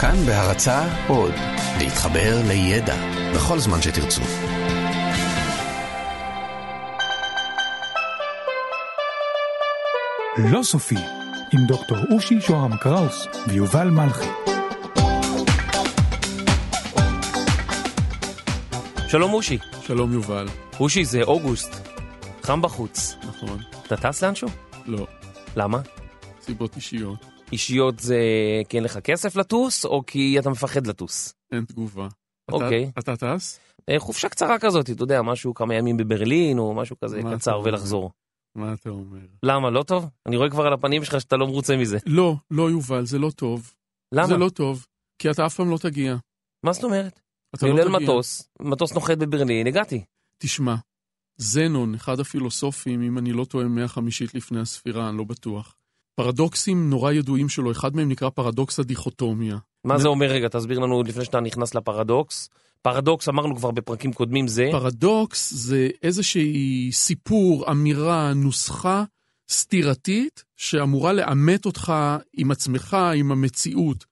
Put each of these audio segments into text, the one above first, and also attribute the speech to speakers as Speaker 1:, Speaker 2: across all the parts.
Speaker 1: כאן בהרצה עוד, להתחבר לידע בכל זמן שתרצו.
Speaker 2: לא סופי, עם דוקטור אושי שוהם קראוס ויובל מלכי.
Speaker 3: שלום אושי.
Speaker 4: שלום יובל,
Speaker 3: אושי, זה אוגוסט. חם בחוץ.
Speaker 4: נכון,
Speaker 3: אתה טס לאנשהו?
Speaker 4: לא,
Speaker 3: למה?
Speaker 4: סיבות אישיות,
Speaker 3: אישיות זה כי אין לך כסף לטוס, או כי אתה מפחד לטוס?
Speaker 4: אין תגובה. אתה-
Speaker 3: אוקיי.
Speaker 4: אתה טס?
Speaker 3: אה, חופשה קצרה כזאת, אתה יודע, משהו כמה ימים בברלין, או משהו כזה
Speaker 4: מה אתה
Speaker 3: קצר
Speaker 4: אומר?
Speaker 3: ולחזור.
Speaker 4: מה אתה אומר?
Speaker 3: למה, לא טוב? אני רואה כבר על הפנים שלך שאתה לא מרוצה מזה.
Speaker 4: לא, לא יובל, זה לא טוב. זה
Speaker 3: למה?
Speaker 4: לא טוב, כי אתה אף פעם לא תגיע.
Speaker 3: מה זאת אומרת?
Speaker 4: אתה
Speaker 3: אני
Speaker 4: לא
Speaker 3: עולה
Speaker 4: תגיע.
Speaker 3: למטוס, מטוס נוחת בברלין, הגעתי.
Speaker 4: תשמע, זנון, אחד הפילוסופים, אם אני לא טועה, מאה חמישית לפני הספירה, אני לא בטוח. פרדוקסים נורא ידועים שלו, אחד מהם נקרא פרדוקס הדיכוטומיה.
Speaker 3: מה
Speaker 4: זה-
Speaker 3: זה אומר רגע? תסביר לנו עוד לפני שאתה נכנס לפרדוקס. פרדוקס אמרנו כבר בפרקים קודמים זה.
Speaker 4: פרדוקס זה איזושהי סיפור, אמירה, נוסחה סתירתית שאמורה לעמת אותך עם עצמך, עם המציאות.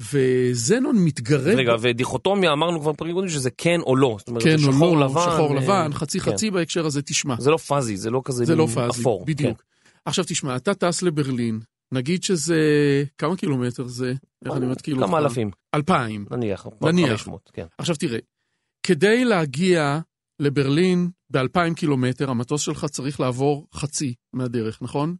Speaker 4: וזנון מתגרד...
Speaker 3: רגע, ודיכוטומיה אמרנו כבר בפרקים קודמים שזה כן או לא. זאת אומרת,
Speaker 4: כן
Speaker 3: זה
Speaker 4: או
Speaker 3: שחור
Speaker 4: לא,
Speaker 3: לבן.
Speaker 4: שחור
Speaker 3: אה,
Speaker 4: לבן, חצי חצי בהקשר הזה, תשמע,
Speaker 3: זה לא פאזי, זה לא כזה
Speaker 4: זה לא
Speaker 3: מין
Speaker 4: פאזי,
Speaker 3: אפור. כן.
Speaker 4: בדיוק. עכשיו תשמע, אתה טס לברלין, נגיד שזה, כמה קילומטר זה? איך אני מתקיל אותך?
Speaker 3: כן. כמה אלפים,
Speaker 4: אלפיים.
Speaker 3: נניח.
Speaker 4: נניח.
Speaker 3: 500, כן.
Speaker 4: עכשיו תראה, כדי להגיע לברלין באלפיים קילומטר, המטוס שלך צריך לעבור חצי מהדרך, נכון?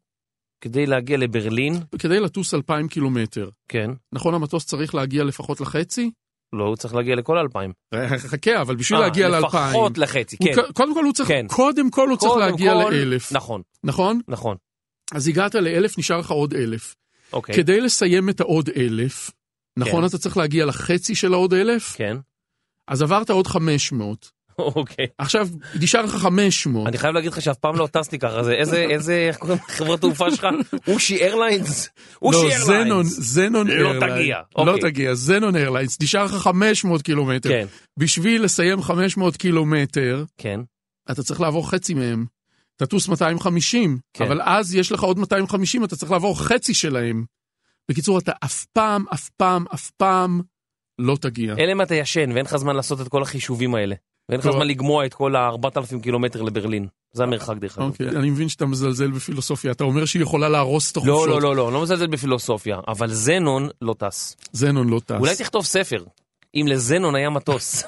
Speaker 3: כדי להגיע לברלין,
Speaker 4: כדי לטוס אלפיים קילומטר,
Speaker 3: כן,
Speaker 4: נכון המטוס צריך להגיע לפחות לחצי?
Speaker 3: לא, הוא צריך להגיע לכל אלפיים.
Speaker 4: חכה, אבל בשביל
Speaker 3: אה,
Speaker 4: להגיע לאלפיים...
Speaker 3: לפחות לחצי,
Speaker 4: הוא
Speaker 3: כן.
Speaker 4: ק- קודם כל הוא צריך,
Speaker 3: כן.
Speaker 4: קודם כל הוא צריך
Speaker 3: קודם
Speaker 4: להגיע
Speaker 3: כל-
Speaker 4: לאלף,
Speaker 3: נכון,
Speaker 4: נכון?
Speaker 3: נכון,
Speaker 4: אז הגעת לאלף, נשאר לך עוד אלף.
Speaker 3: אוקיי,
Speaker 4: כדי לסיים את העוד אלף, נכון?
Speaker 3: כן.
Speaker 4: אתה צריך להגיע לחצי של העוד אלף?
Speaker 3: כן,
Speaker 4: אז עברת עוד 500.
Speaker 3: אוקיי.
Speaker 4: עכשיו, נשאר לך 500.
Speaker 3: אני חייב להגיד לך שאף פעם לא טסתי ככה, זה איזה, איזה, איך קוראים לחברת תעופה שלך? אושי איירליינס? אושי
Speaker 4: לא, זנון,
Speaker 3: איירליינס.
Speaker 4: זנון
Speaker 3: לא
Speaker 4: איירליינס.
Speaker 3: תגיע,
Speaker 4: לא
Speaker 3: אוקיי.
Speaker 4: תגיע, זנון איירליינס. נשאר לך 500 קילומטר.
Speaker 3: כן,
Speaker 4: בשביל לסיים 500 קילומטר,
Speaker 3: כן,
Speaker 4: אתה צריך לעבור חצי מהם. תטוס 250,
Speaker 3: כן.
Speaker 4: אבל אז יש לך עוד 250, אתה צריך לעבור חצי שלהם. בקיצור, אתה אף פעם, אף פעם, אף פעם לא תגיע.
Speaker 3: אלא אם אתה ישן ואין לך זמן לעשות את כל החישובים האלה. ואין לך
Speaker 4: טוב.
Speaker 3: זמן לגמוע את כל ה-4,000 קילומטר לברלין. זה המרחק דרך אגב. לא,
Speaker 4: אוקיי, אני מבין שאתה מזלזל בפילוסופיה, אתה אומר שהיא יכולה להרוס את החופשות.
Speaker 3: לא, לא, לא, לא, לא מזלזל בפילוסופיה, אבל זנון לא טס.
Speaker 4: זנון לא טס.
Speaker 3: אולי תכתוב ספר, אם לזנון היה מטוס.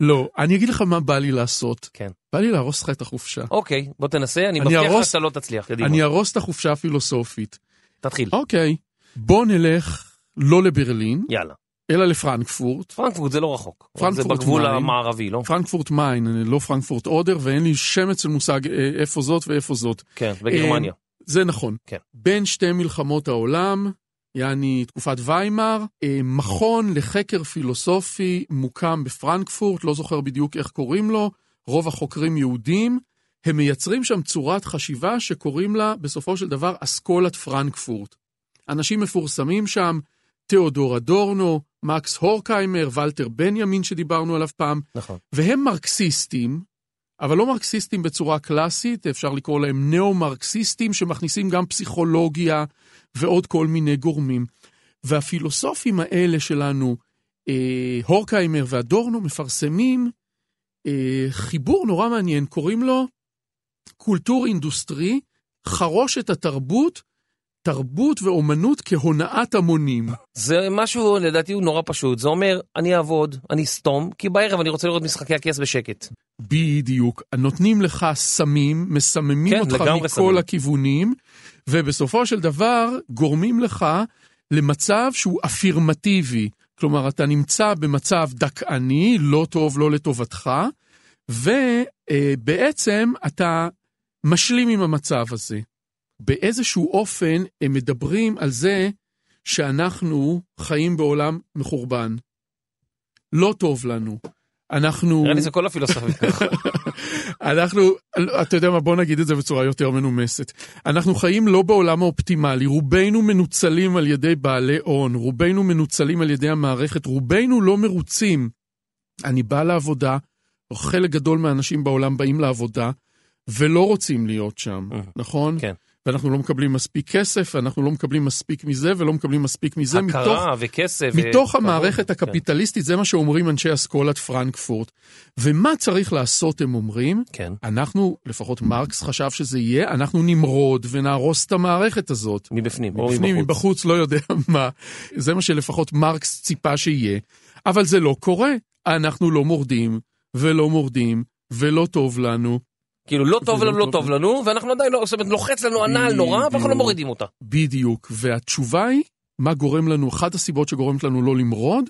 Speaker 4: לא, אני אגיד לך מה בא לי לעשות.
Speaker 3: כן.
Speaker 4: בא לי להרוס לך את החופשה.
Speaker 3: אוקיי, בוא תנסה, אני
Speaker 4: אני
Speaker 3: מבטיח לך
Speaker 4: ארוס-
Speaker 3: שאתה לא תצליח, קדימה.
Speaker 4: אני ארוס את החופשה הפילוסופית.
Speaker 3: תתחיל,
Speaker 4: אוקיי, בוא נלך לא לברלין,
Speaker 3: יאללה.
Speaker 4: אלא לפרנקפורט.
Speaker 3: פרנקפורט זה לא רחוק. זה
Speaker 4: פרנקפורט
Speaker 3: בגבול
Speaker 4: מים.
Speaker 3: המערבי, לא?
Speaker 4: פרנקפורט מיין, לא פרנקפורט אודר, ואין לי שמץ של מושג אה, איפה זאת ואיפה זאת.
Speaker 3: כן, בגרמניה.
Speaker 4: זה נכון.
Speaker 3: כן.
Speaker 4: בין שתי מלחמות העולם, יעני תקופת ויימאר, אה, מכון לחקר פילוסופי מוקם בפרנקפורט, לא זוכר בדיוק איך קוראים לו, רוב החוקרים יהודים, הם מייצרים שם צורת חשיבה שקוראים לה בסופו של דבר אסכולת פרנקפורט. אנשים מפורסמים שם, תיאודור אדורנו, מקס הורקהיימר, ולטר בנימין שדיברנו עליו פעם,
Speaker 3: נכון.
Speaker 4: והם מרקסיסטים, אבל לא מרקסיסטים בצורה קלאסית, אפשר לקרוא להם ניאו-מרקסיסטים, שמכניסים גם פסיכולוגיה ועוד כל מיני גורמים. והפילוסופים האלה שלנו, אה, הורקהיימר ואדורנו, מפרסמים אה, חיבור נורא מעניין, קוראים לו קולטור אינדוסטרי, חרושת התרבות, תרבות ואומנות כהונאת המונים.
Speaker 3: זה משהו, לדעתי, הוא נורא פשוט. זה אומר, אני אעבוד, אני אסתום, כי בערב אני רוצה לראות משחקי הכס בשקט.
Speaker 4: בדיוק. נותנים לך סמים, מסממים
Speaker 3: כן,
Speaker 4: אותך
Speaker 3: לגמרי
Speaker 4: מכל
Speaker 3: סמים.
Speaker 4: הכיוונים, ובסופו של דבר גורמים לך למצב שהוא אפירמטיבי. כלומר, אתה נמצא במצב דכאני, לא טוב, לא לטובתך, ובעצם אתה משלים עם המצב הזה. באיזשהו אופן הם מדברים על זה שאנחנו חיים בעולם מחורבן. לא טוב לנו. אנחנו...
Speaker 3: נראה לי זה כל הפילוסופיה. ככה.
Speaker 4: אנחנו, אתה יודע מה, בוא נגיד את זה בצורה יותר מנומסת. אנחנו חיים לא בעולם האופטימלי, רובנו מנוצלים על ידי בעלי הון, רובנו מנוצלים על ידי המערכת, רובנו לא מרוצים. אני בא לעבודה, חלק גדול מהאנשים בעולם באים לעבודה ולא רוצים להיות שם,
Speaker 3: אה,
Speaker 4: נכון?
Speaker 3: כן.
Speaker 4: ואנחנו לא מקבלים מספיק כסף, אנחנו לא מקבלים מספיק מזה ולא מקבלים מספיק מזה, מתוך
Speaker 3: הכרה וכסף. ו-
Speaker 4: מתוך
Speaker 3: כבוד.
Speaker 4: המערכת
Speaker 3: כן.
Speaker 4: הקפיטליסטית, זה מה שאומרים אנשי אסכולת פרנקפורט. ומה צריך לעשות, הם אומרים?
Speaker 3: כן.
Speaker 4: אנחנו, לפחות מרקס חשב שזה יהיה, אנחנו נמרוד ונהרוס את המערכת הזאת.
Speaker 3: מבפנים, או
Speaker 4: מבפנים,
Speaker 3: מבחוץ.
Speaker 4: מבחוץ, לא יודע מה. זה מה שלפחות מרקס ציפה שיהיה. אבל זה לא קורה. אנחנו לא מורדים, ולא מורדים, ולא טוב לנו.
Speaker 3: כאילו, לא טוב
Speaker 4: זה לא
Speaker 3: לנו, לא
Speaker 4: טוב
Speaker 3: טוב לנו, ואנחנו עדיין לא, זאת אומרת, לוחץ לנו הנעל נורא, ואנחנו לא
Speaker 4: בדיוק.
Speaker 3: מורידים אותה.
Speaker 4: בדיוק. והתשובה היא, מה גורם לנו, אחת הסיבות שגורמת לנו לא למרוד,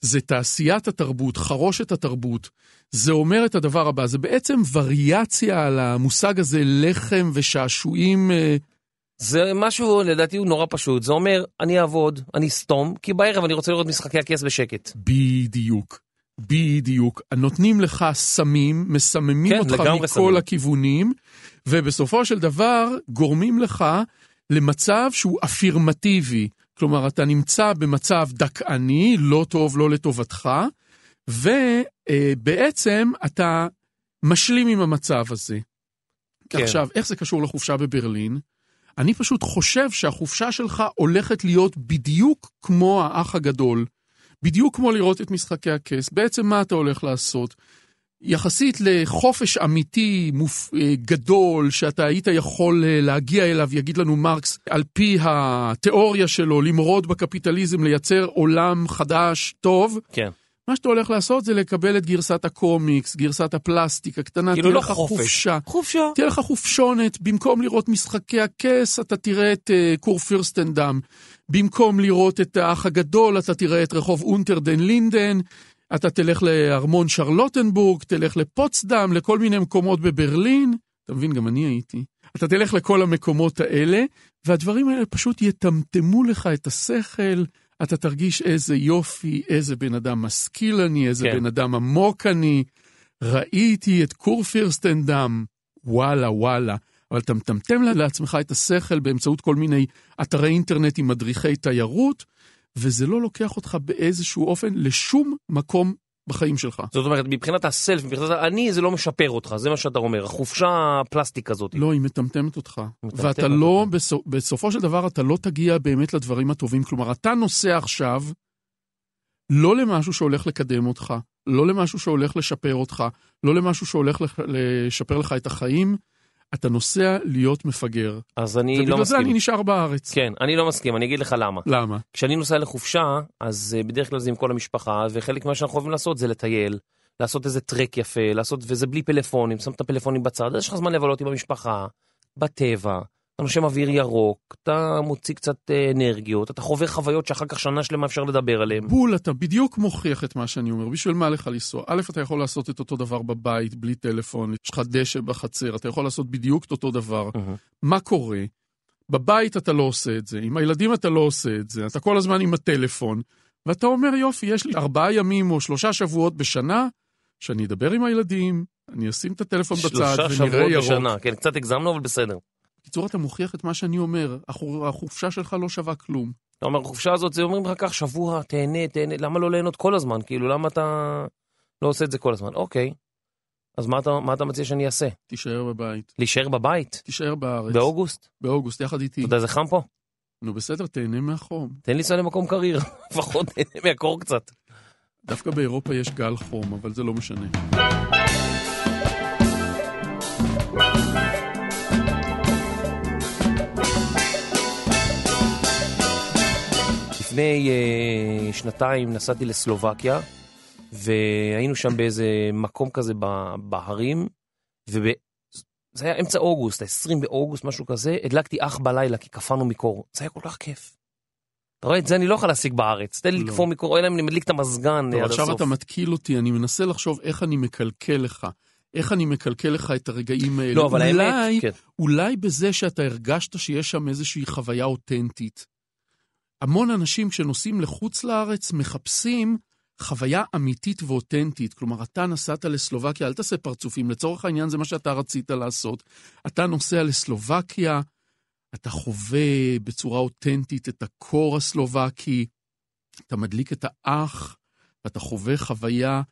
Speaker 4: זה תעשיית התרבות, חרושת התרבות. זה אומר את הדבר הבא, זה בעצם וריאציה על המושג הזה לחם ושעשועים. אה,
Speaker 3: זה משהו, לדעתי, הוא נורא פשוט. זה אומר, אני אעבוד, אני אסתום, כי בערב אני רוצה לראות משחקי הכס בשקט.
Speaker 4: בדיוק. בדיוק. נותנים לך סמים, מסממים
Speaker 3: כן,
Speaker 4: אותך
Speaker 3: לגמרי
Speaker 4: מכל
Speaker 3: סמים.
Speaker 4: הכיוונים, ובסופו של דבר גורמים לך למצב שהוא אפירמטיבי. כלומר, אתה נמצא במצב דכאני, לא טוב, לא לטובתך, ובעצם אתה משלים עם המצב הזה.
Speaker 3: כן.
Speaker 4: כן. עכשיו, איך זה קשור לחופשה בברלין? אני פשוט חושב שהחופשה שלך הולכת להיות בדיוק כמו האח הגדול. בדיוק כמו לראות את משחקי הכס. בעצם מה אתה הולך לעשות? יחסית לחופש אמיתי מופ... אה, גדול שאתה היית יכול אה, להגיע אליו, יגיד לנו מרקס, על פי התיאוריה שלו, למרוד בקפיטליזם, לייצר עולם חדש, טוב,
Speaker 3: כן.
Speaker 4: מה שאתה הולך לעשות זה לקבל את גרסת הקומיקס, גרסת הפלסטיק הקטנה,
Speaker 3: כאילו
Speaker 4: תהיה
Speaker 3: לא
Speaker 4: לך
Speaker 3: חופש.
Speaker 4: חופשה.
Speaker 3: חופשה.
Speaker 4: תהיה לך חופשונת, במקום לראות משחקי הכס, אתה תראה את uh, כור פירסטנדם. במקום לראות את האח הגדול, אתה תראה את רחוב אונטרדן לינדן. אתה תלך לארמון שרלוטנבורג, תלך לפוצדם, לכל מיני מקומות בברלין. אתה מבין, גם אני הייתי. אתה תלך לכל המקומות האלה, והדברים האלה פשוט יטמטמו לך את השכל. אתה תרגיש איזה יופי, איזה בן אדם משכיל אני, איזה
Speaker 3: כן.
Speaker 4: כן. בן אדם עמוק אני. ראיתי את כור פירסטנדם, וואלה וואלה. אבל אתה מטמטם לעצמך את השכל באמצעות כל מיני אתרי אינטרנט עם מדריכי תיירות, וזה לא לוקח אותך באיזשהו אופן לשום מקום בחיים שלך.
Speaker 3: זאת אומרת, מבחינת הסלף, מבחינת אני, זה לא משפר אותך, זה מה שאתה אומר. החופשה הפלסטיק הזאת.
Speaker 4: לא, היא מטמטמת אותך.
Speaker 3: מטמטמת
Speaker 4: ואתה לא, בסופ... בסופו של דבר אתה לא תגיע באמת לדברים הטובים. כלומר, אתה נוסע עכשיו לא למשהו שהולך לקדם אותך, לא למשהו שהולך לשפר אותך, לא למשהו שהולך לח- לשפר לך את החיים, אתה נוסע להיות מפגר.
Speaker 3: אז אני לא
Speaker 4: ובגלל זה
Speaker 3: מסכים. Mm-hmm.
Speaker 4: אני נשאר בארץ.
Speaker 3: כן, אני לא מסכים, אני אגיד לך למה.
Speaker 4: למה?
Speaker 3: כשאני נוסע לחופשה, אז אה, בדרך כלל זה עם כל המשפחה, וחלק ממה שאנחנו אוהבים לעשות זה לטייל, לעשות איזה טרק יפה, לעשות, וזה בלי פלאפונים, שם את הפלאפונים בצד, אז יש לך זמן לבלות עם המשפחה, בטבע, אתה נושם אוויר ירוק, אתה מוציא קצת אה, אנרגיות, אתה חווה חוויות שאחר כך שנה שלמה אפשר לדבר עליהן.
Speaker 4: בול, אתה בדיוק מוכיח את מה שאני אומר. בשביל מה לך לנסוע? א', אתה יכול לעשות את אותו דבר בבית, בלי טלפון, יש לך דשא בחצר, אתה יכול לעשות בדיוק את אותו דבר.
Speaker 3: מהמם.
Speaker 4: מה קורה? בבית אתה לא עושה את זה, עם הילדים אתה לא עושה את זה, אתה כל הזמן עם הטלפון, ואתה אומר, יופי, יש לי ארבעה ימים או שלושה שבועות בשנה, שאני אדבר עם הילדים, אני אשים את הטלפון בצד
Speaker 3: שלושה
Speaker 4: ונראה
Speaker 3: שבועות
Speaker 4: ירוק.
Speaker 3: בשנה, כן, קצת הגזמנו, אבל בסדר.
Speaker 4: בקיצור, אתה מוכיח את מה שאני אומר, החו- החופשה שלך לא שווה כלום.
Speaker 3: אתה אומר, החופשה הזאת, זה אומרים לך כך, שבוע, תהנה, תהנה, למה לא ליהנות כל הזמן? כאילו, למה אתה לא עושה את זה כל הזמן? אוקיי, אז מה אתה, מה אתה מציע שאני אעשה?
Speaker 4: תישאר בבית,
Speaker 3: להישאר בבית?
Speaker 4: תישאר בארץ.
Speaker 3: באוגוסט?
Speaker 4: באוגוסט, יחד איתי.
Speaker 3: אתה יודע, זה חם פה?
Speaker 4: נו בסדר, תהנה מהחום.
Speaker 3: תן לי לנסוע למקום קריר, לפחות תהנה מהקור קצת.
Speaker 4: דווקא באירופה יש גל חום, אבל זה לא משנה.
Speaker 3: לפני אה, שנתיים נסעתי לסלובקיה, והיינו שם באיזה מקום כזה ב- בהרים, וב... זה היה אמצע אוגוסט, ה-20 באוגוסט, משהו כזה, הדלקתי אח בלילה כי קפאנו מקור. זה היה כל כך כיף. אתה רואה, את זה אני לא יכול להשיג בארץ. תן לי
Speaker 4: לא.
Speaker 3: לקפוא מקור, אלא אם אני מדליק את המזגן אה,
Speaker 4: טוב,
Speaker 3: עד
Speaker 4: עכשיו
Speaker 3: הסוף.
Speaker 4: אתה מתקיל אותי, אני מנסה לחשוב איך אני מקלקל לך. איך אני מקלקל לך את הרגעים האלה.
Speaker 3: לא, אבל
Speaker 4: אולי,
Speaker 3: האמת, כן.
Speaker 4: אולי בזה שאתה הרגשת שיש שם איזושהי חוויה אותנטית. המון אנשים כשנוסעים לחוץ לארץ מחפשים חוויה אמיתית ואותנטית. כלומר, אתה נסעת לסלובקיה, אל תעשה פרצופים, לצורך העניין זה מה שאתה רצית לעשות. אתה נוסע לסלובקיה, אתה חווה בצורה אותנטית את הקור הסלובקי, אתה מדליק את האח, ואתה חווה חוויה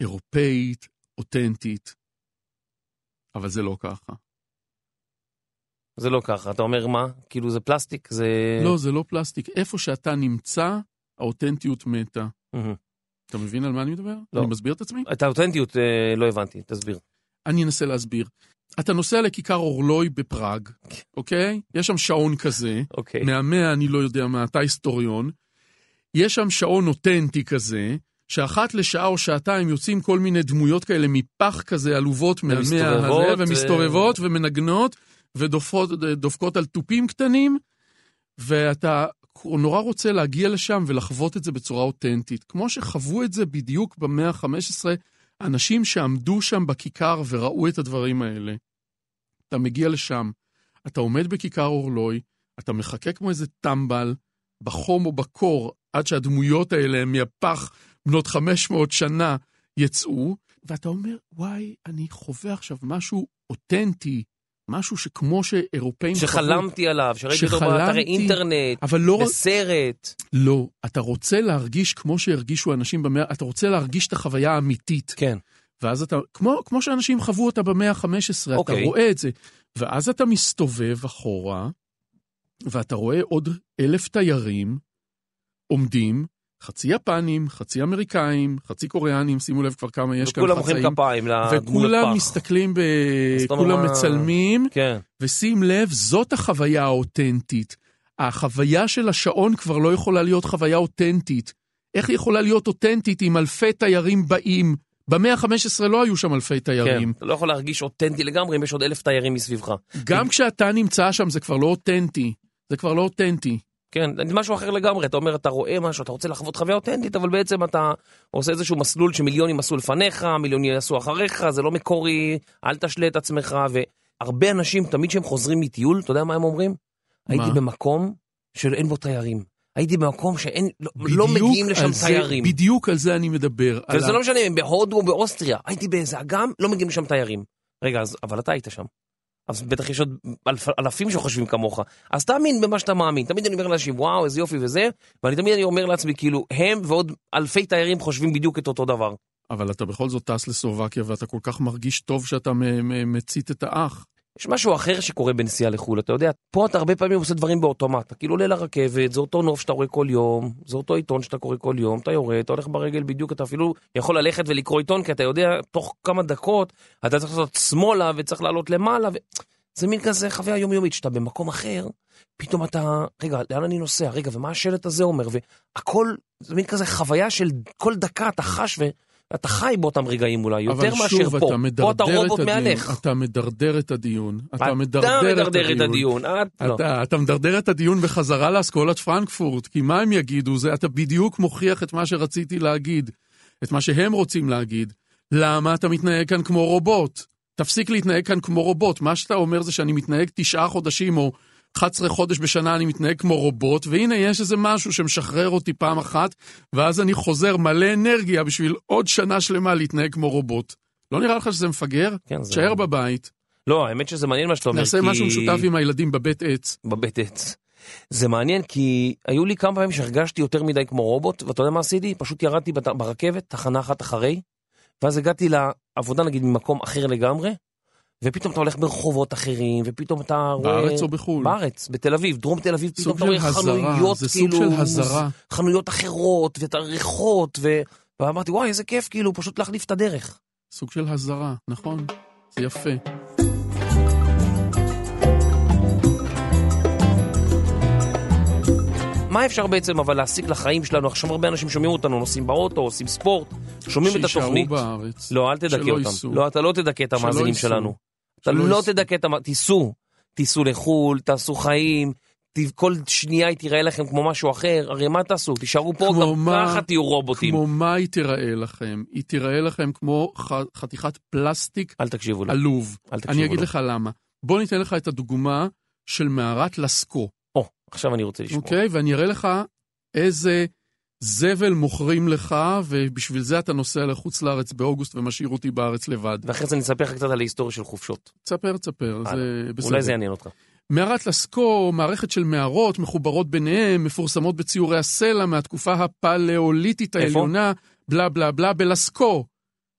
Speaker 4: אירופאית, אותנטית. אבל זה לא ככה.
Speaker 3: זה לא ככה. אתה אומר מה? כאילו זה פלסטיק? זה...
Speaker 4: לא, זה לא פלסטיק. איפה שאתה נמצא, האותנטיות מתה.
Speaker 3: מהמם.
Speaker 4: אתה מבין על מה אני מדבר?
Speaker 3: לא.
Speaker 4: אני מסביר את עצמי?
Speaker 3: את האותנטיות אה, לא הבנתי, תסביר.
Speaker 4: אני אנסה להסביר. אתה נוסע לכיכר אורלוי בפראג, אוקיי? יש שם שעון כזה,
Speaker 3: אוקיי.
Speaker 4: מהמאה אני לא יודע מה, אתה היסטוריון. יש שם שעון אותנטי כזה, שאחת לשעה או שעתיים יוצאים כל מיני דמויות כאלה מפח כזה עלובות מהמאה
Speaker 3: ומסתובבות, אה.
Speaker 4: הזה, ומסתובבות ומנגנות, ודופקות על תופים קטנים, ואתה נורא רוצה להגיע לשם ולחוות את זה בצורה אותנטית. כמו שחוו את זה בדיוק במאה ה-15, אנשים שעמדו שם בכיכר וראו את הדברים האלה. אתה מגיע לשם, אתה עומד בכיכר אורלוי, אתה מחכה כמו איזה טמבל, בחום או בקור, עד שהדמויות האלה הן מהפח בנות 500 שנה יצאו, ואתה אומר, וואי, אני חווה עכשיו משהו אותנטי, משהו שכמו שאירופאים
Speaker 3: שחלמתי עליו, שראיתי אותו
Speaker 4: שחלמתי-
Speaker 3: באתרי אינטרנט,
Speaker 4: אבל לא, רק-
Speaker 3: בסרט.
Speaker 4: לא, אתה רוצה להרגיש כמו שהרגישו אנשים במאה, אתה רוצה להרגיש את החוויה האמיתית.
Speaker 3: כן.
Speaker 4: ואז אתה, כמו, כמו שאנשים חוו אותה במאה ה-15, okay. אתה
Speaker 3: אוקיי.
Speaker 4: רואה את זה. ואז אתה מסתובב אחורה, ואתה רואה עוד אלף תיירים עומדים, חצי יפנים, חצי אמריקאים, חצי קוריאנים, שימו לב כבר כמה יש כאן
Speaker 3: וכולם מוחאים
Speaker 4: חצאים.
Speaker 3: כפיים לדמות
Speaker 4: וכולם
Speaker 3: פח.
Speaker 4: מסתכלים, ב...
Speaker 3: אז אתה אומר,
Speaker 4: כולם
Speaker 3: "אה."
Speaker 4: מצלמים,
Speaker 3: כן.
Speaker 4: ושים לב, זאת החוויה האותנטית. החוויה של השעון כבר לא יכולה להיות חוויה אותנטית. איך היא יכולה להיות אותנטית אם אלפי תיירים באים? במאה ה-15 לא היו שם אלפי
Speaker 3: כן,
Speaker 4: תיירים.
Speaker 3: אתה לא יכול להרגיש אותנטי לגמרי אם יש עוד אלף תיירים מסביבך.
Speaker 4: גם כשאתה נמצא שם זה כבר לא אותנטי. זה כבר לא אותנטי.
Speaker 3: כן, זה משהו אחר לגמרי, אתה אומר, אתה רואה משהו, אתה רוצה לחוות חוויה אותנטית, אבל בעצם אתה עושה איזשהו מסלול שמיליונים עשו לפניך, מיליונים יעשו אחריך, זה לא מקורי, אל תשלה את עצמך, והרבה אנשים, תמיד כשהם חוזרים מטיול, אתה יודע מה הם אומרים?
Speaker 4: מה?
Speaker 3: הייתי במקום שאין בו תיירים. הייתי במקום שאין, לא, לא
Speaker 4: בדיוק
Speaker 3: מגיעים לשם
Speaker 4: על זה-
Speaker 3: תיירים.
Speaker 4: בדיוק על זה אני מדבר. על
Speaker 3: וזה
Speaker 4: ה-
Speaker 3: לא משנה אם בהודו או באוסטריה, הייתי באיזה אגם, לא מגיעים לשם תיירים. רגע, אז, אבל אתה היית שם. אז בטח יש עוד אלפ, אלפים שחושבים כמוך. אז תאמין במה שאתה מאמין. תמיד אני אומר לאנשים, וואו, איזה יופי וזה, ואני תמיד אני אומר לעצמי, כאילו, הם ועוד אלפי תיירים חושבים בדיוק את אותו דבר.
Speaker 4: אבל אתה בכל זאת טס לסלובקיה ואתה כל כך מרגיש טוב שאתה מ- מ- מצית את האח.
Speaker 3: יש משהו אחר שקורה בנסיעה לחו"ל, אתה יודע, פה אתה הרבה פעמים עושה דברים באוטומט. אתה כאילו עולה לרכבת, זה אותו נוף שאתה רואה כל יום, זה אותו עיתון שאתה קורא כל יום, אתה יורד, אתה הולך ברגל בדיוק, אתה אפילו יכול ללכת ולקרוא עיתון, כי אתה יודע, תוך כמה דקות אתה צריך לעשות שמאלה וצריך לעלות למעלה, ו... זה מין כזה חוויה יומיומית, שאתה במקום אחר, פתאום אתה, רגע, לאן אני נוסע? רגע, ומה השלט הזה אומר? והכל, זה מין כזה חוויה של כל דקה אתה חש ו... אתה חי באותם רגעים אולי, יותר
Speaker 4: אבל
Speaker 3: מאשר
Speaker 4: שוב,
Speaker 3: פה.
Speaker 4: אתה
Speaker 3: פה
Speaker 4: מדרדר
Speaker 3: אתה רובוט
Speaker 4: את הדיון.
Speaker 3: מהלך.
Speaker 4: אתה מדרדר את הדיון. אתה
Speaker 3: אתה
Speaker 4: מדרדר את
Speaker 3: את
Speaker 4: הדיון.
Speaker 3: הדיון, את לא.
Speaker 4: אתה, אתה מדרדר את הדיון בחזרה לאסכולת פרנקפורט, כי מה הם יגידו? זה אתה בדיוק מוכיח את מה שרציתי להגיד, את מה שהם רוצים להגיד. למה אתה מתנהג כאן כמו רובוט? תפסיק להתנהג כאן כמו רובוט. מה שאתה אומר זה שאני מתנהג תשעה חודשים או 11 חודש בשנה אני מתנהג כמו רובוט, והנה יש איזה משהו שמשחרר אותי פעם אחת, ואז אני חוזר מלא אנרגיה בשביל עוד שנה שלמה להתנהג כמו רובוט. לא נראה לך שזה מפגר?
Speaker 3: כן, זה-
Speaker 4: תשאר בבית,
Speaker 3: לא, האמת שזה מעניין מה שאתה אומר,
Speaker 4: נעשה
Speaker 3: כי-
Speaker 4: משהו משותף עם הילדים בבית עץ.
Speaker 3: בבית עץ. זה מעניין כי היו לי כמה פעמים שהרגשתי יותר מדי כמו רובוט, ואתה יודע מה עשיתי? פשוט ירדתי בת- ברכבת, תחנה אחת אחרי, ואז הגעתי לעבודה נגיד ממקום אחר לגמרי, ופתאום אתה הולך ברחובות אחרים, ופתאום אתה רואה...
Speaker 4: בארץ או בחו"ל?
Speaker 3: בארץ, בתל אביב, דרום תל אביב, פתאום
Speaker 4: סוג
Speaker 3: אתה רואה
Speaker 4: של הזרה,
Speaker 3: חנויות
Speaker 4: זה סוג
Speaker 3: כאילו...
Speaker 4: של הזרה.
Speaker 3: חנויות אחרות, ואת הריחות, ו... ואמרתי, וואי, איזה כיף, כאילו, פשוט להחליף את הדרך.
Speaker 4: סוג של הסדרה, נכון? זה יפה.
Speaker 3: מה אפשר בעצם אבל להסיק לחיים שלנו? עכשיו הרבה אנשים שומעים אותנו, נוסעים באוטו, עושים ספורט, שומעים את התוכנית.
Speaker 4: שיישארו בארץ.
Speaker 3: לא, אל תדכא
Speaker 4: שלא
Speaker 3: אותם.
Speaker 4: ייסעו.
Speaker 3: לא, אתה לא תדכא את
Speaker 4: שלא
Speaker 3: המאזינים
Speaker 4: ייסעו.
Speaker 3: שלנו. אתה
Speaker 4: שלא
Speaker 3: לא
Speaker 4: ייסעו.
Speaker 3: תדכא את המ... תיסעו. תיסעו לחו"ל, תעשו חיים, ת... כל שנייה היא תיראה לכם כמו משהו אחר. הרי מה תעשו? תישארו פה,
Speaker 4: כמו
Speaker 3: גם
Speaker 4: מה-
Speaker 3: ככה תהיו רובוטים.
Speaker 4: כמו מה היא תיראה לכם? היא תיראה לכם כמו ח... חתיכת פלסטיק
Speaker 3: אל תקשיבו לו,
Speaker 4: עלוב.
Speaker 3: אל תקשיבו
Speaker 4: אני אגיד
Speaker 3: לו.
Speaker 4: לך למה. בוא ניתן לך את הדוגמה של מערת לסקו,
Speaker 3: או, עכשיו אני רוצה לשמוע.
Speaker 4: אוקיי? ואני אראה לך איזה זבל מוכרים לך, ובשביל זה אתה נוסע לחוץ לארץ באוגוסט ומשאיר אותי בארץ לבד.
Speaker 3: ואחרי זה אני אספר לך קצת על ההיסטוריה של חופשות.
Speaker 4: תספר, תספר, זה בסדר.
Speaker 3: אולי זה יעניין אותך.
Speaker 4: מערת לסקו, מערכת של מערות מחוברות ביניהן, מפורסמות בציורי הסלע מהתקופה הפלאוליתית
Speaker 3: איפה?
Speaker 4: העליונה, בלה בלה בלה, בלסקו.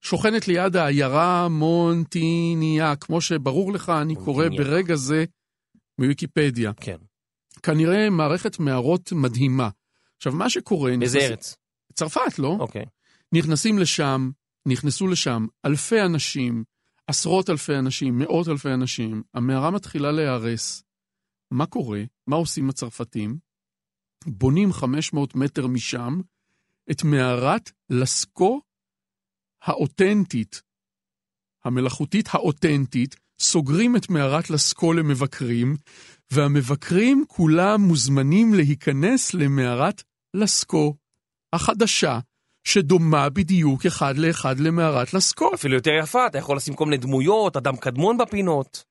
Speaker 4: שוכנת ליד העיירה מונטיניה, כמו שברור לך, אני קורא
Speaker 3: מונטיניה.
Speaker 4: ברגע זה מוויקיפדיה.
Speaker 3: כן.
Speaker 4: כנראה מערכת מערות מדהימה. עכשיו, מה שקורה...
Speaker 3: באיזה
Speaker 4: נכנס-
Speaker 3: ארץ?
Speaker 4: צרפת, לא?
Speaker 3: אוקיי.
Speaker 4: נכנסים לשם, נכנסו לשם אלפי אנשים, עשרות אלפי אנשים, מאות אלפי אנשים, המערה מתחילה להיהרס. מה קורה? מה עושים הצרפתים? בונים 500 מטר משם את מערת לסקו האותנטית, המלאכותית האותנטית, סוגרים את מערת לסקו למבקרים, והמבקרים כולם מוזמנים להיכנס למערת לסקו החדשה, שדומה בדיוק אחד לאחד למערת לסקו.
Speaker 3: אפילו יותר יפה, אתה יכול לשים כל מיני דמויות, אדם קדמון בפינות.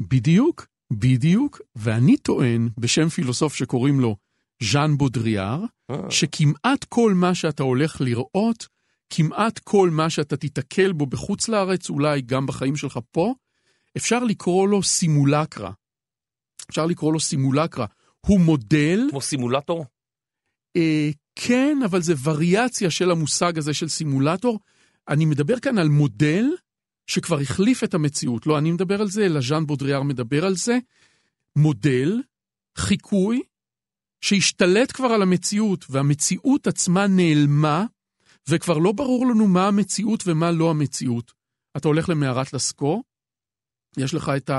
Speaker 4: בדיוק, בדיוק, ואני טוען, בשם פילוסוף שקוראים לו ז'אן בודריאר, שכמעט כל מה שאתה הולך לראות, כמעט כל מה שאתה תיתקל בו בחוץ לארץ, אולי גם בחיים שלך פה, אפשר לקרוא לו סימולקרה. אפשר לקרוא לו סימולקרה. הוא מודל,
Speaker 3: כמו סימולטור.
Speaker 4: אה, כן, אבל זה וריאציה של המושג הזה של סימולטור. אני מדבר כאן על מודל שכבר החליף את המציאות. לא אני מדבר על זה, אלא ז'אן בודריאר מדבר על זה. מודל, חיקוי, שהשתלט כבר על המציאות, והמציאות עצמה נעלמה, וכבר לא ברור לנו מה המציאות ומה לא המציאות. אתה הולך למערת לסקו, יש לך את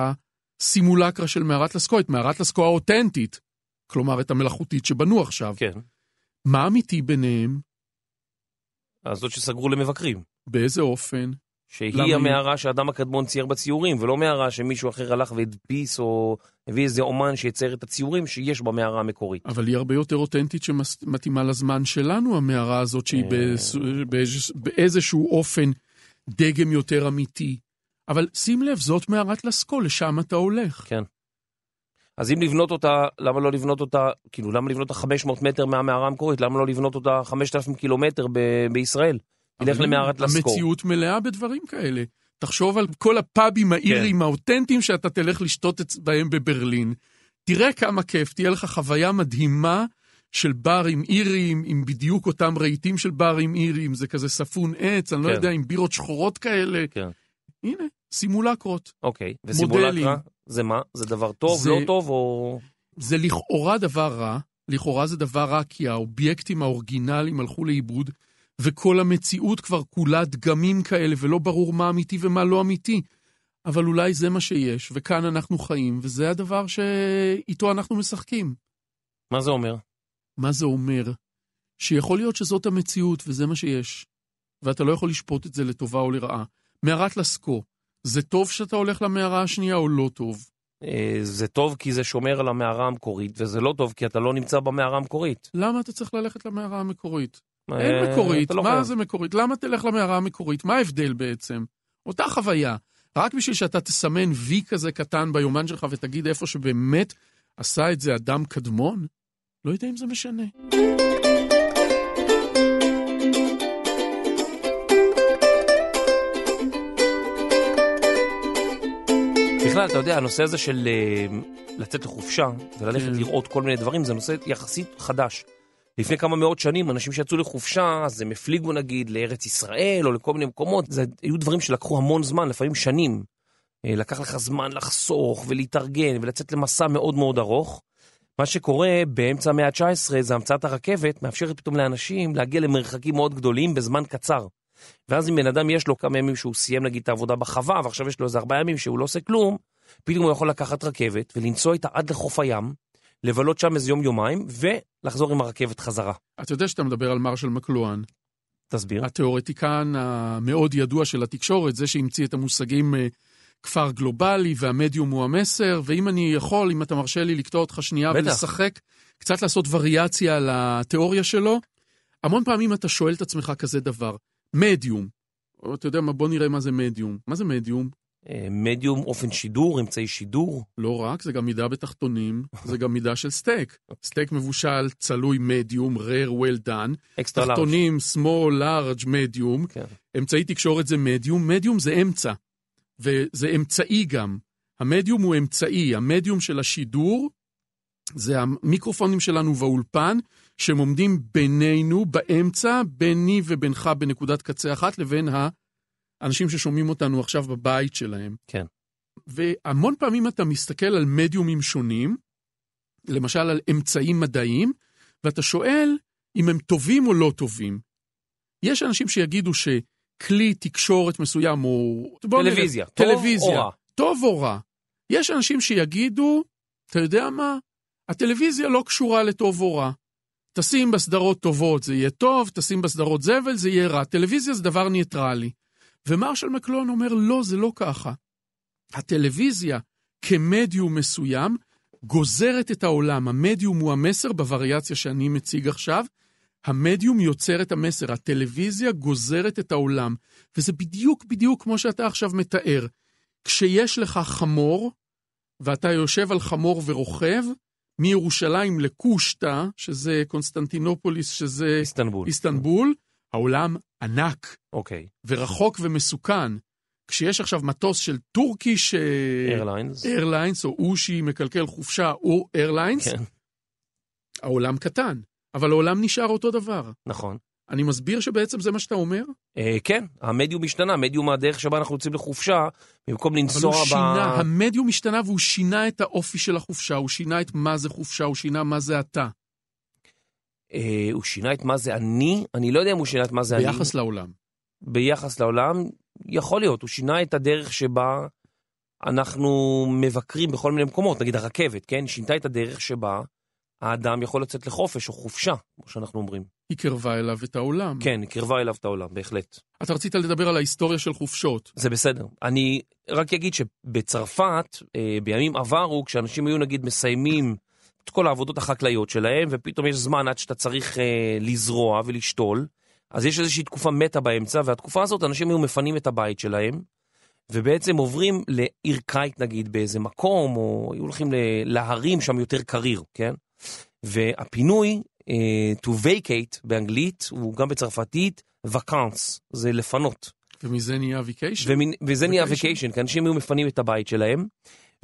Speaker 4: הסימולקרה של מערת לסקו, את מערת לסקו האותנטית, כלומר את המלאכותית שבנו עכשיו.
Speaker 3: כן.
Speaker 4: מה אמיתי ביניהם?
Speaker 3: אז זאת שסגרו למבקרים.
Speaker 4: באיזה אופן? למה
Speaker 3: שהיא
Speaker 4: היא-
Speaker 3: המערה שהאדם הקדמון צייר בציורים, ולא מערה שמישהו אחר הלך והדפיס או הביא איזה אומן שיצייר את הציורים שיש במערה המקורית.
Speaker 4: אבל היא הרבה יותר אותנטית שמתאימה לזמן שלנו, המערה הזאת, שהיא
Speaker 3: אה.
Speaker 4: באיז... באיז... באיזשהו אופן דגם יותר אמיתי. אבל שים לב, זאת מערת לסקו, לשם אתה הולך.
Speaker 3: כן. אז אם לבנות אותה, למה לא לבנות אותה, כאילו, למה לבנות אותה 500 מטר מהמערה המקורית? למה לא לבנות אותה 5,000 קילומטר ב- בישראל? תלך
Speaker 4: אבל
Speaker 3: למערת לסקו.
Speaker 4: המציאות מלאה בדברים כאלה. תחשוב על כל הפאבים האיריים
Speaker 3: כן.
Speaker 4: האותנטיים שאתה תלך לשתות את- בהם בברלין. תראה כמה כיף, תהיה לך חוויה מדהימה של ברים איריים, עם בדיוק אותם רהיטים של ברים איריים, זה כזה ספון עץ, אני לא
Speaker 3: כן.
Speaker 4: יודע, עם בירות שחורות כאלה.
Speaker 3: כן.
Speaker 4: הנה, סימולקרות.
Speaker 3: אוקיי.
Speaker 4: מודלים.
Speaker 3: וסימולטרה, זה מה? זה דבר טוב,
Speaker 4: זה-
Speaker 3: לא טוב, או...
Speaker 4: זה לכאורה דבר רע, לכאורה זה דבר רע כי האובייקטים האורגינליים הלכו לאיבוד, וכל המציאות כבר כולה דגמים כאלה, ולא ברור מה אמיתי ומה לא אמיתי. אבל אולי זה מה שיש, וכאן אנחנו חיים, וזה הדבר שאיתו אנחנו משחקים.
Speaker 3: מה זה אומר?
Speaker 4: מה זה אומר? שיכול להיות שזאת המציאות, וזה מה שיש. ואתה לא יכול לשפוט את זה לטובה או לרעה. מערת לסקו, זה טוב שאתה הולך למערה השנייה או לא טוב?
Speaker 3: אה, זה טוב כי זה שומר על המערה המקורית, וזה לא טוב כי אתה לא נמצא במערה המקורית.
Speaker 4: למה אתה צריך ללכת למערה המקורית?
Speaker 3: אה,
Speaker 4: אין מקורית,
Speaker 3: אתה לא
Speaker 4: מה
Speaker 3: חייב.
Speaker 4: זה מקורית? למה תלך למערה המקורית? מה ההבדל בעצם? אותה חוויה. רק בשביל שאתה תסמן וי כזה קטן ביומן שלך ותגיד איפה שבאמת עשה את זה אדם קדמון? לא יודע אם זה משנה.
Speaker 3: בכלל, אתה יודע, הנושא הזה של אה, לצאת לחופשה וללכת
Speaker 4: כן.
Speaker 3: לראות כל מיני דברים, זה נושא יחסית חדש. לפני כמה מאות שנים, אנשים שיצאו לחופשה, אז הם הפליגו נגיד לארץ ישראל או לכל מיני מקומות, זה היו דברים שלקחו המון זמן, לפעמים שנים. אה, לקח לך זמן לחסוך ולהתארגן ולצאת למסע מאוד מאוד ארוך. מה שקורה באמצע המאה ה-19 זה המצאת הרכבת, מאפשרת פתאום לאנשים להגיע למרחקים מאוד גדולים בזמן קצר. ואז אם בן אדם יש לו כמה ימים שהוא סיים נגיד את העבודה בחווה, ועכשיו יש לו איזה ארבעה ימים שהוא לא עושה כלום, פתאום הוא יכול לקחת רכבת ולנסוע איתה עד לחוף הים, לבלות שם איזה יום-יומיים, ולחזור עם הרכבת חזרה.
Speaker 4: אתה יודע שאתה מדבר על מרשל מקלואן,
Speaker 3: תסביר.
Speaker 4: התיאורטיקן המאוד ידוע של התקשורת, זה שהמציא את המושגים אה, כפר גלובלי והמדיום הוא המסר, ואם אני יכול, אם אתה מרשה לי לקטוע אותך שנייה
Speaker 3: בטח.
Speaker 4: ולשחק, קצת לעשות וריאציה על התיאוריה שלו, המון פעמים אתה שואל את עצמך כזה דבר, מדיום, או אתה יודע מה, בוא נראה מה זה מדיום. מה זה מדיום?
Speaker 3: אה, מדיום, אופן שידור, אמצעי שידור.
Speaker 4: לא רק, זה גם מידה בתחתונים, זה גם מידה של סטייק. סטייק מבושל, צלוי מדיום, rare well done,
Speaker 3: אקסטרה לארג'.
Speaker 4: תחתונים, small, large, medium,
Speaker 3: כן.
Speaker 4: אמצעי תקשורת זה מדיום, מדיום זה אמצע, וזה אמצעי גם. המדיום הוא אמצעי, המדיום של השידור זה המיקרופונים שלנו והאולפן, שהם עומדים בינינו, באמצע, ביני ובינך בנקודת קצה אחת, לבין האנשים ששומעים אותנו עכשיו בבית שלהם.
Speaker 3: כן.
Speaker 4: והמון פעמים אתה מסתכל על מדיומים שונים, למשל על אמצעים מדעיים, ואתה שואל אם הם טובים או לא טובים. יש אנשים שיגידו שכלי תקשורת מסוים הוא... בוא נראה,
Speaker 3: טלוויזיה, טוב או רע?
Speaker 4: טוב או רע. יש אנשים שיגידו, אתה יודע מה? הטלוויזיה לא קשורה לטוב או רע. תשים בסדרות טובות זה יהיה טוב, תשים בסדרות זבל זה יהיה רע. טלוויזיה זה דבר ניטרלי. ומרשל מקלון אומר, לא, זה לא ככה. הטלוויזיה כמדיום מסוים גוזרת את העולם. המדיום הוא המסר בווריאציה שאני מציג עכשיו. המדיום יוצר את המסר, הטלוויזיה גוזרת את העולם. וזה בדיוק בדיוק כמו שאתה עכשיו מתאר. כשיש לך חמור, ואתה יושב על חמור ורוכב, מירושלים לקושטא, שזה קונסטנטינופוליס, שזה
Speaker 3: איסטנבול.
Speaker 4: איסטנבול, העולם ענק
Speaker 3: אוקיי.
Speaker 4: ורחוק ומסוכן. כשיש עכשיו מטוס של טורקיש
Speaker 3: איירליינס.
Speaker 4: איירליינס, או אושי מקלקל חופשה, או איירליינס,
Speaker 3: כן,
Speaker 4: העולם קטן, אבל העולם נשאר אותו דבר.
Speaker 3: נכון.
Speaker 4: אני מסביר שבעצם זה מה שאתה אומר,
Speaker 3: אה, כן, המדיום השתנה, המדיום הדרך שבה אנחנו יוצאים לחופשה, במקום
Speaker 4: אבל הוא
Speaker 3: לנסוע ב...
Speaker 4: שינה, המדיום השתנה והוא שינה את האופי של החופשה, הוא שינה את מה זה חופשה, הוא שינה מה זה אתה,
Speaker 3: אה, הוא שינה את מה זה אני? אני לא יודע אם הוא שינה את מה זה אני.
Speaker 4: ביחס לעולם.
Speaker 3: ביחס לעולם, יכול להיות, הוא שינה את הדרך שבה אנחנו מבקרים בכל מיני מקומות, נגיד הרכבת, כן? שינתה את הדרך שבה האדם יכול לצאת לחופש או חופשה, כמו שאנחנו אומרים.
Speaker 4: היא קרבה אליו את העולם.
Speaker 3: כן, היא קרבה אליו את העולם, בהחלט.
Speaker 4: אתה רצית לדבר על ההיסטוריה של חופשות.
Speaker 3: זה בסדר. אני רק אגיד שבצרפת, אה, בימים עברו, כשאנשים היו נגיד מסיימים את כל העבודות החקלאיות שלהם, ופתאום יש זמן עד שאתה צריך אה, לזרוע ולשתול, אז יש איזושהי תקופה מתה באמצע, והתקופה הזאת אנשים היו מפנים את הבית שלהם, ובעצם עוברים לעיר קיץ נגיד באיזה מקום, או היו הולכים ל- להרים שם יותר קריר, כן? והפינוי, אה, to vacate באנגלית, הוא גם בצרפתית, vacance, זה לפנות.
Speaker 4: ומזה נהיה ויקיישן.
Speaker 3: ומין, וזה נהיה
Speaker 4: vacation.
Speaker 3: ווקיישן, כי אנשים היו מפנים את הבית שלהם.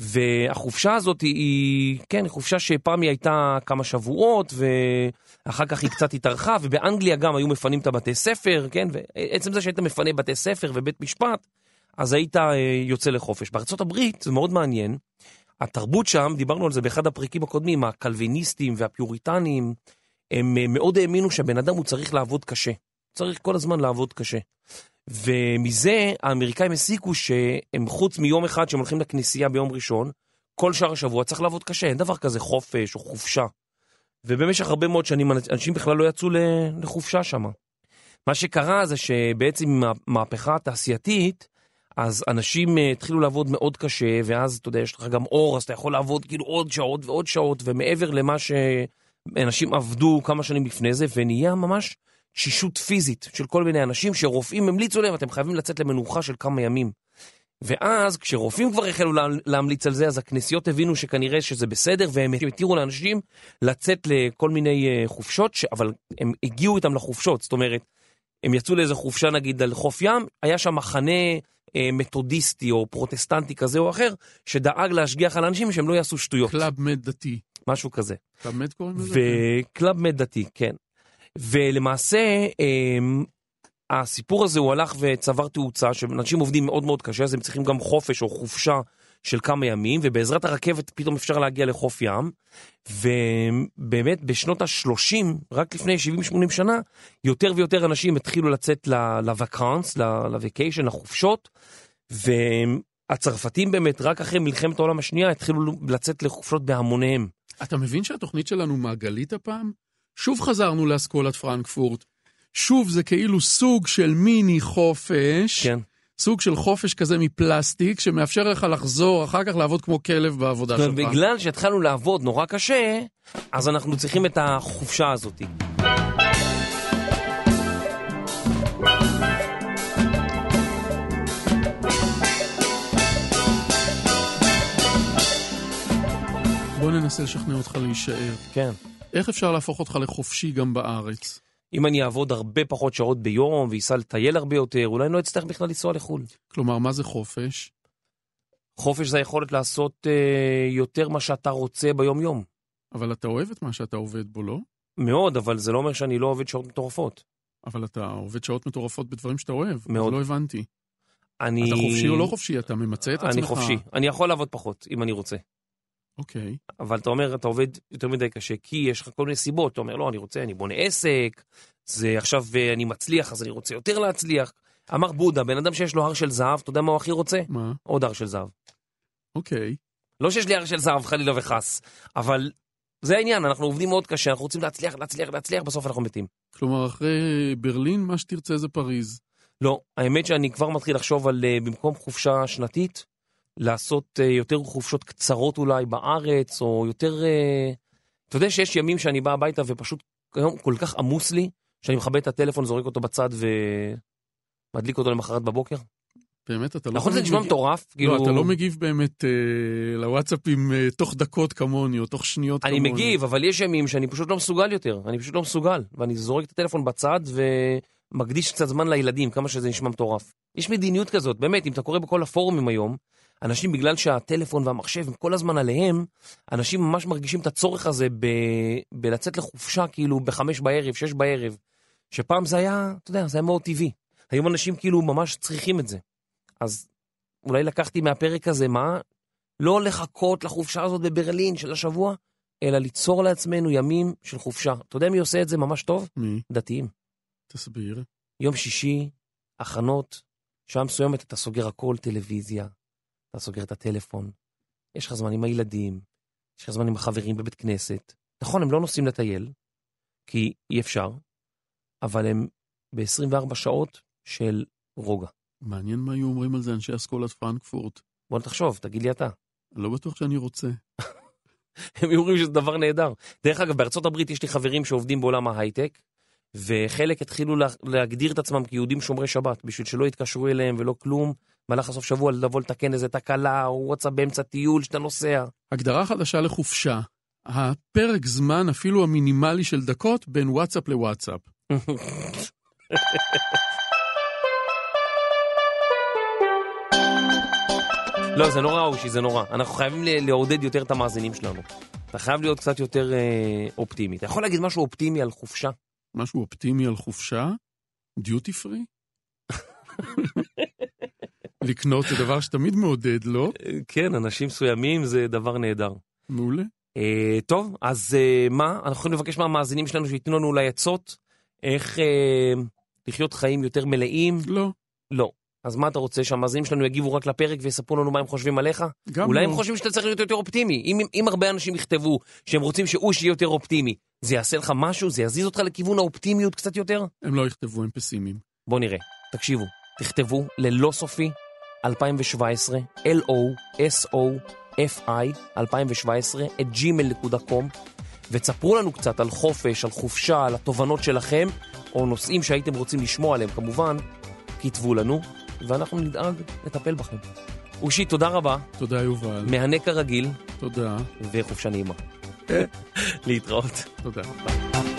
Speaker 3: והחופשה הזאת היא- היא, כן, חופשה שפעם היא הייתה כמה שבועות, ואחר כך היא קצת התארכה, ובאנגליה גם היו מפנים את הבתי ספר, כן, ועצם זה שהיית מפנה בתי ספר ובית משפט, אז היית אה, יוצא לחופש. בארצות הברית זה מאוד מעניין, התרבות שם, דיברנו על זה באחד הפרקים הקודמים, הקלוויניסטים והפיוריטנים, הם אה, מאוד האמינו שהבן אדם הוא צריך לעבוד קשה. צריך כל הזמן לעבוד קשה. ומזה האמריקאים הסיקו שהם חוץ מיום אחד שהם הולכים לכנסייה ביום ראשון, כל שאר השבוע צריך לעבוד קשה, אין דבר כזה חופש או חופשה. ובמשך הרבה מאוד שנים אנשים בכלל לא יצאו ל- לחופשה שם. מה שקרה זה שבעצם עם המהפכה התעשייתית, אז אנשים אה, התחילו לעבוד מאוד קשה, ואז אתה יודע, יש לך גם אור, אז אתה יכול לעבוד כאילו עוד שעות ועוד שעות, ומעבר למה שאנשים עבדו כמה שנים לפני זה, ונהיה ממש תשישות פיזית של כל מיני אנשים שרופאים המליצו להם, אתם חייבים לצאת למנוחה של כמה ימים. ואז כשרופאים כבר החלו לה- להמליץ על זה, אז הכנסיות הבינו שכנראה שזה בסדר, והם התירו לאנשים לצאת לכל מיני אה, חופשות, ש... אבל הם הגיעו איתם לחופשות, זאת אומרת, הם יצאו לאיזה חופשה נגיד על חוף ים, היה שם מחנה אה, מתודיסטי או פרוטסטנטי כזה או אחר, שדאג להשגיח על אנשים שהם לא יעשו שטויות,
Speaker 4: קלאב מת דתי.
Speaker 3: משהו כזה.
Speaker 4: קלאב מת קוראים לזה? כן.
Speaker 3: וקלאב מת דתי, כן. ולמעשה, אמ, הסיפור הזה הוא הלך וצבר תאוצה, שאנשים עובדים מאוד מאוד קשה, אז הם צריכים גם חופש או חופשה של כמה ימים, ובעזרת הרכבת פתאום אפשר להגיע לחוף ים. ובאמת, בשנות ה-30, רק לפני 70-80 שנה, יותר ויותר אנשים התחילו לצאת לווקרנס, לווקיישן, לחופשות, והצרפתים באמת, רק אחרי מלחמת העולם השנייה, התחילו לצאת לחופשות בהמוניהם.
Speaker 4: אתה מבין שהתוכנית שלנו מעגלית הפעם? שוב חזרנו לאסכולת פרנקפורט. שוב זה כאילו סוג של מיני חופש,
Speaker 3: כן.
Speaker 4: סוג של חופש כזה מפלסטיק, שמאפשר לך לחזור אחר כך לעבוד כמו כלב בעבודה
Speaker 3: זאת
Speaker 4: שלך.
Speaker 3: אומרת, בגלל שהתחלנו לעבוד נורא קשה, אז אנחנו צריכים את החופשה הזאת.
Speaker 4: בוא ננסה לשכנע אותך להישאר.
Speaker 3: כן.
Speaker 4: איך אפשר להפוך אותך לחופשי גם בארץ?
Speaker 3: אם אני אעבוד הרבה פחות שעות ביום, ואסע לטייל הרבה יותר, אולי אני לא אצטרך בכלל לנסוע לחו"ל.
Speaker 4: כלומר, מה זה חופש?
Speaker 3: חופש זה היכולת לעשות אה, יותר מה שאתה רוצה ביום-יום.
Speaker 4: אבל אתה אוהב את מה שאתה עובד בו, לא?
Speaker 3: מאוד, אבל זה לא אומר שאני לא עובד שעות מטורפות.
Speaker 4: אבל אתה עובד שעות מטורפות בדברים שאתה אוהב.
Speaker 3: מאוד.
Speaker 4: אז לא הבנתי.
Speaker 3: אני...
Speaker 4: אתה חופשי או לא חופשי? אתה ממצה את עצמך?
Speaker 3: אני חופשי. אני יכול לעבוד פחות, אם אני רוצה.
Speaker 4: אוקיי.
Speaker 3: אבל אתה אומר, אתה עובד יותר מדי קשה, כי יש לך כל מיני סיבות. אתה אומר, לא, אני רוצה, אני בונה עסק, זה עכשיו אה, אני מצליח, אז אני רוצה יותר להצליח. אמר בודה, בן אדם שיש לו הר של זהב, אתה יודע מה הוא הכי רוצה?
Speaker 4: מה?
Speaker 3: עוד הר של זהב.
Speaker 4: אוקיי.
Speaker 3: לא שיש לי הר של זהב, חלילה וחס, אבל זה העניין, אנחנו עובדים מאוד קשה, אנחנו רוצים להצליח, להצליח, להצליח, בסוף אנחנו מתים.
Speaker 4: כלומר, אחרי ברלין, מה שתרצה זה פריז.
Speaker 3: לא, האמת שאני כבר מתחיל לחשוב על אה, במקום חופשה שנתית, לעשות אה, יותר חופשות קצרות אולי בארץ, או יותר... אה, אתה יודע שיש ימים שאני בא הביתה ופשוט היום כל כך עמוס לי, שאני מכבה את הטלפון, זורק אותו בצד ומדליק אותו למחרת בבוקר?
Speaker 4: באמת, אתה לא...
Speaker 3: נכון זה
Speaker 4: תמיד
Speaker 3: נשמע
Speaker 4: מגיב-
Speaker 3: מטורף? כאילו-
Speaker 4: לא, אתה לא מגיב באמת אה, לוואטסאפים אה, תוך דקות כמוני, או תוך שניות
Speaker 3: אני
Speaker 4: כמוני.
Speaker 3: מגיב, אבל יש ימים שאני פשוט לא מסוגל יותר, אני פשוט לא מסוגל, ואני זורק את הטלפון בצד ומקדיש קצת זמן לילדים, כמה שזה נשמע מטורף. יש מדיניות כזאת, באמת, אם אתה קורא בכל הפורומים היום, אנשים בגלל שהטלפון והמחשב הם כל הזמן עליהם, אנשים ממש מרגישים את הצורך הזה ב... בלצאת לחופשה כאילו בחמש בערב, שש בערב, שפעם זה היה, אתה יודע, זה היה מאוד טבעי. היום אנשים כאילו ממש צריכים את זה. אז אולי לקחתי מהפרק הזה, מה? לא לחכות לחופשה הזאת בברלין של השבוע, אלא ליצור לעצמנו ימים של חופשה. אתה יודע מי עושה את זה ממש טוב?
Speaker 4: מי?
Speaker 3: דתיים.
Speaker 4: תסביר.
Speaker 3: יום שישי, הכנות, שעה מסוימת אתה סוגר הכל, טלוויזיה, אתה סוגר את הטלפון, יש לך זמן עם הילדים, יש לך זמן עם החברים בבית כנסת. נכון, הם לא נוסעים לטייל, כי אי אפשר, אבל הם ב-24 שעות של רוגע.
Speaker 4: מעניין מה היו אומרים על זה אנשי אסכולת פרנקפורט.
Speaker 3: בוא תחשוב, תגיד לי אתה.
Speaker 4: אני לא בטוח שאני רוצה.
Speaker 3: הם היו אומרים שזה דבר נהדר. דרך אגב, בארצות הברית יש לי חברים שעובדים בעולם ההייטק, וחלק התחילו לה, להגדיר את עצמם כיהודים שומרי שבת, בשביל שלא יתקשרו אליהם ולא כלום, במהלך הסוף שבוע לבוא לתקן איזה תקלה, או וואטסאפ באמצע טיול שאתה נוסע.
Speaker 4: הגדרה חדשה לחופשה. הפרק זמן, אפילו המינימלי של דקות, בין וואטסאפ לוואטסאפ.
Speaker 3: לא, זה נורא אושי, זה נורא. אנחנו חייבים ל- לעודד יותר את המאזינים שלנו. אתה חייב להיות קצת יותר אה, אופטימי. אתה יכול להגיד משהו אופטימי על חופשה?
Speaker 4: משהו אופטימי על חופשה, דיוטי פרי. לקנות זה דבר שתמיד מעודד, לא?
Speaker 3: כן, אנשים מסוימים זה דבר נהדר.
Speaker 4: מעולה.
Speaker 3: אה, טוב, אז אה, מה? אנחנו יכולים לבקש מהמאזינים שלנו שייתנו לנו אולי עצות איך אה, לחיות חיים יותר מלאים?
Speaker 4: לא.
Speaker 3: לא. אז מה אתה רוצה, שהמאזינים שלנו יגיבו רק לפרק ויספרו לנו מה הם חושבים עליך?
Speaker 4: גם
Speaker 3: אולי
Speaker 4: לא.
Speaker 3: הם חושבים שאתה צריך להיות יותר אופטימי. אם, אם הרבה אנשים יכתבו שהם רוצים שאוש יהיה יותר אופטימי, זה יעשה לך משהו? זה יזיז אותך לכיוון האופטימיות קצת יותר?
Speaker 4: הם לא יכתבו, הם פסימיים.
Speaker 3: בואו נראה. תקשיבו, תכתבו ללא סופי 2017, L-O-S-O-F-I 2017, את gmail.com, ותספרו לנו קצת על חופש, על חופשה, על התובנות שלכם, או נושאים שהייתם רוצים לשמוע עליהם כמובן, כתבו לנו, ואנחנו נדאג לטפל בכם. אושי, תודה רבה,
Speaker 4: תודה, יובל.
Speaker 3: מהנה כרגיל,
Speaker 4: תודה.
Speaker 3: וחופשה נעימה. להתראות.
Speaker 4: תודה.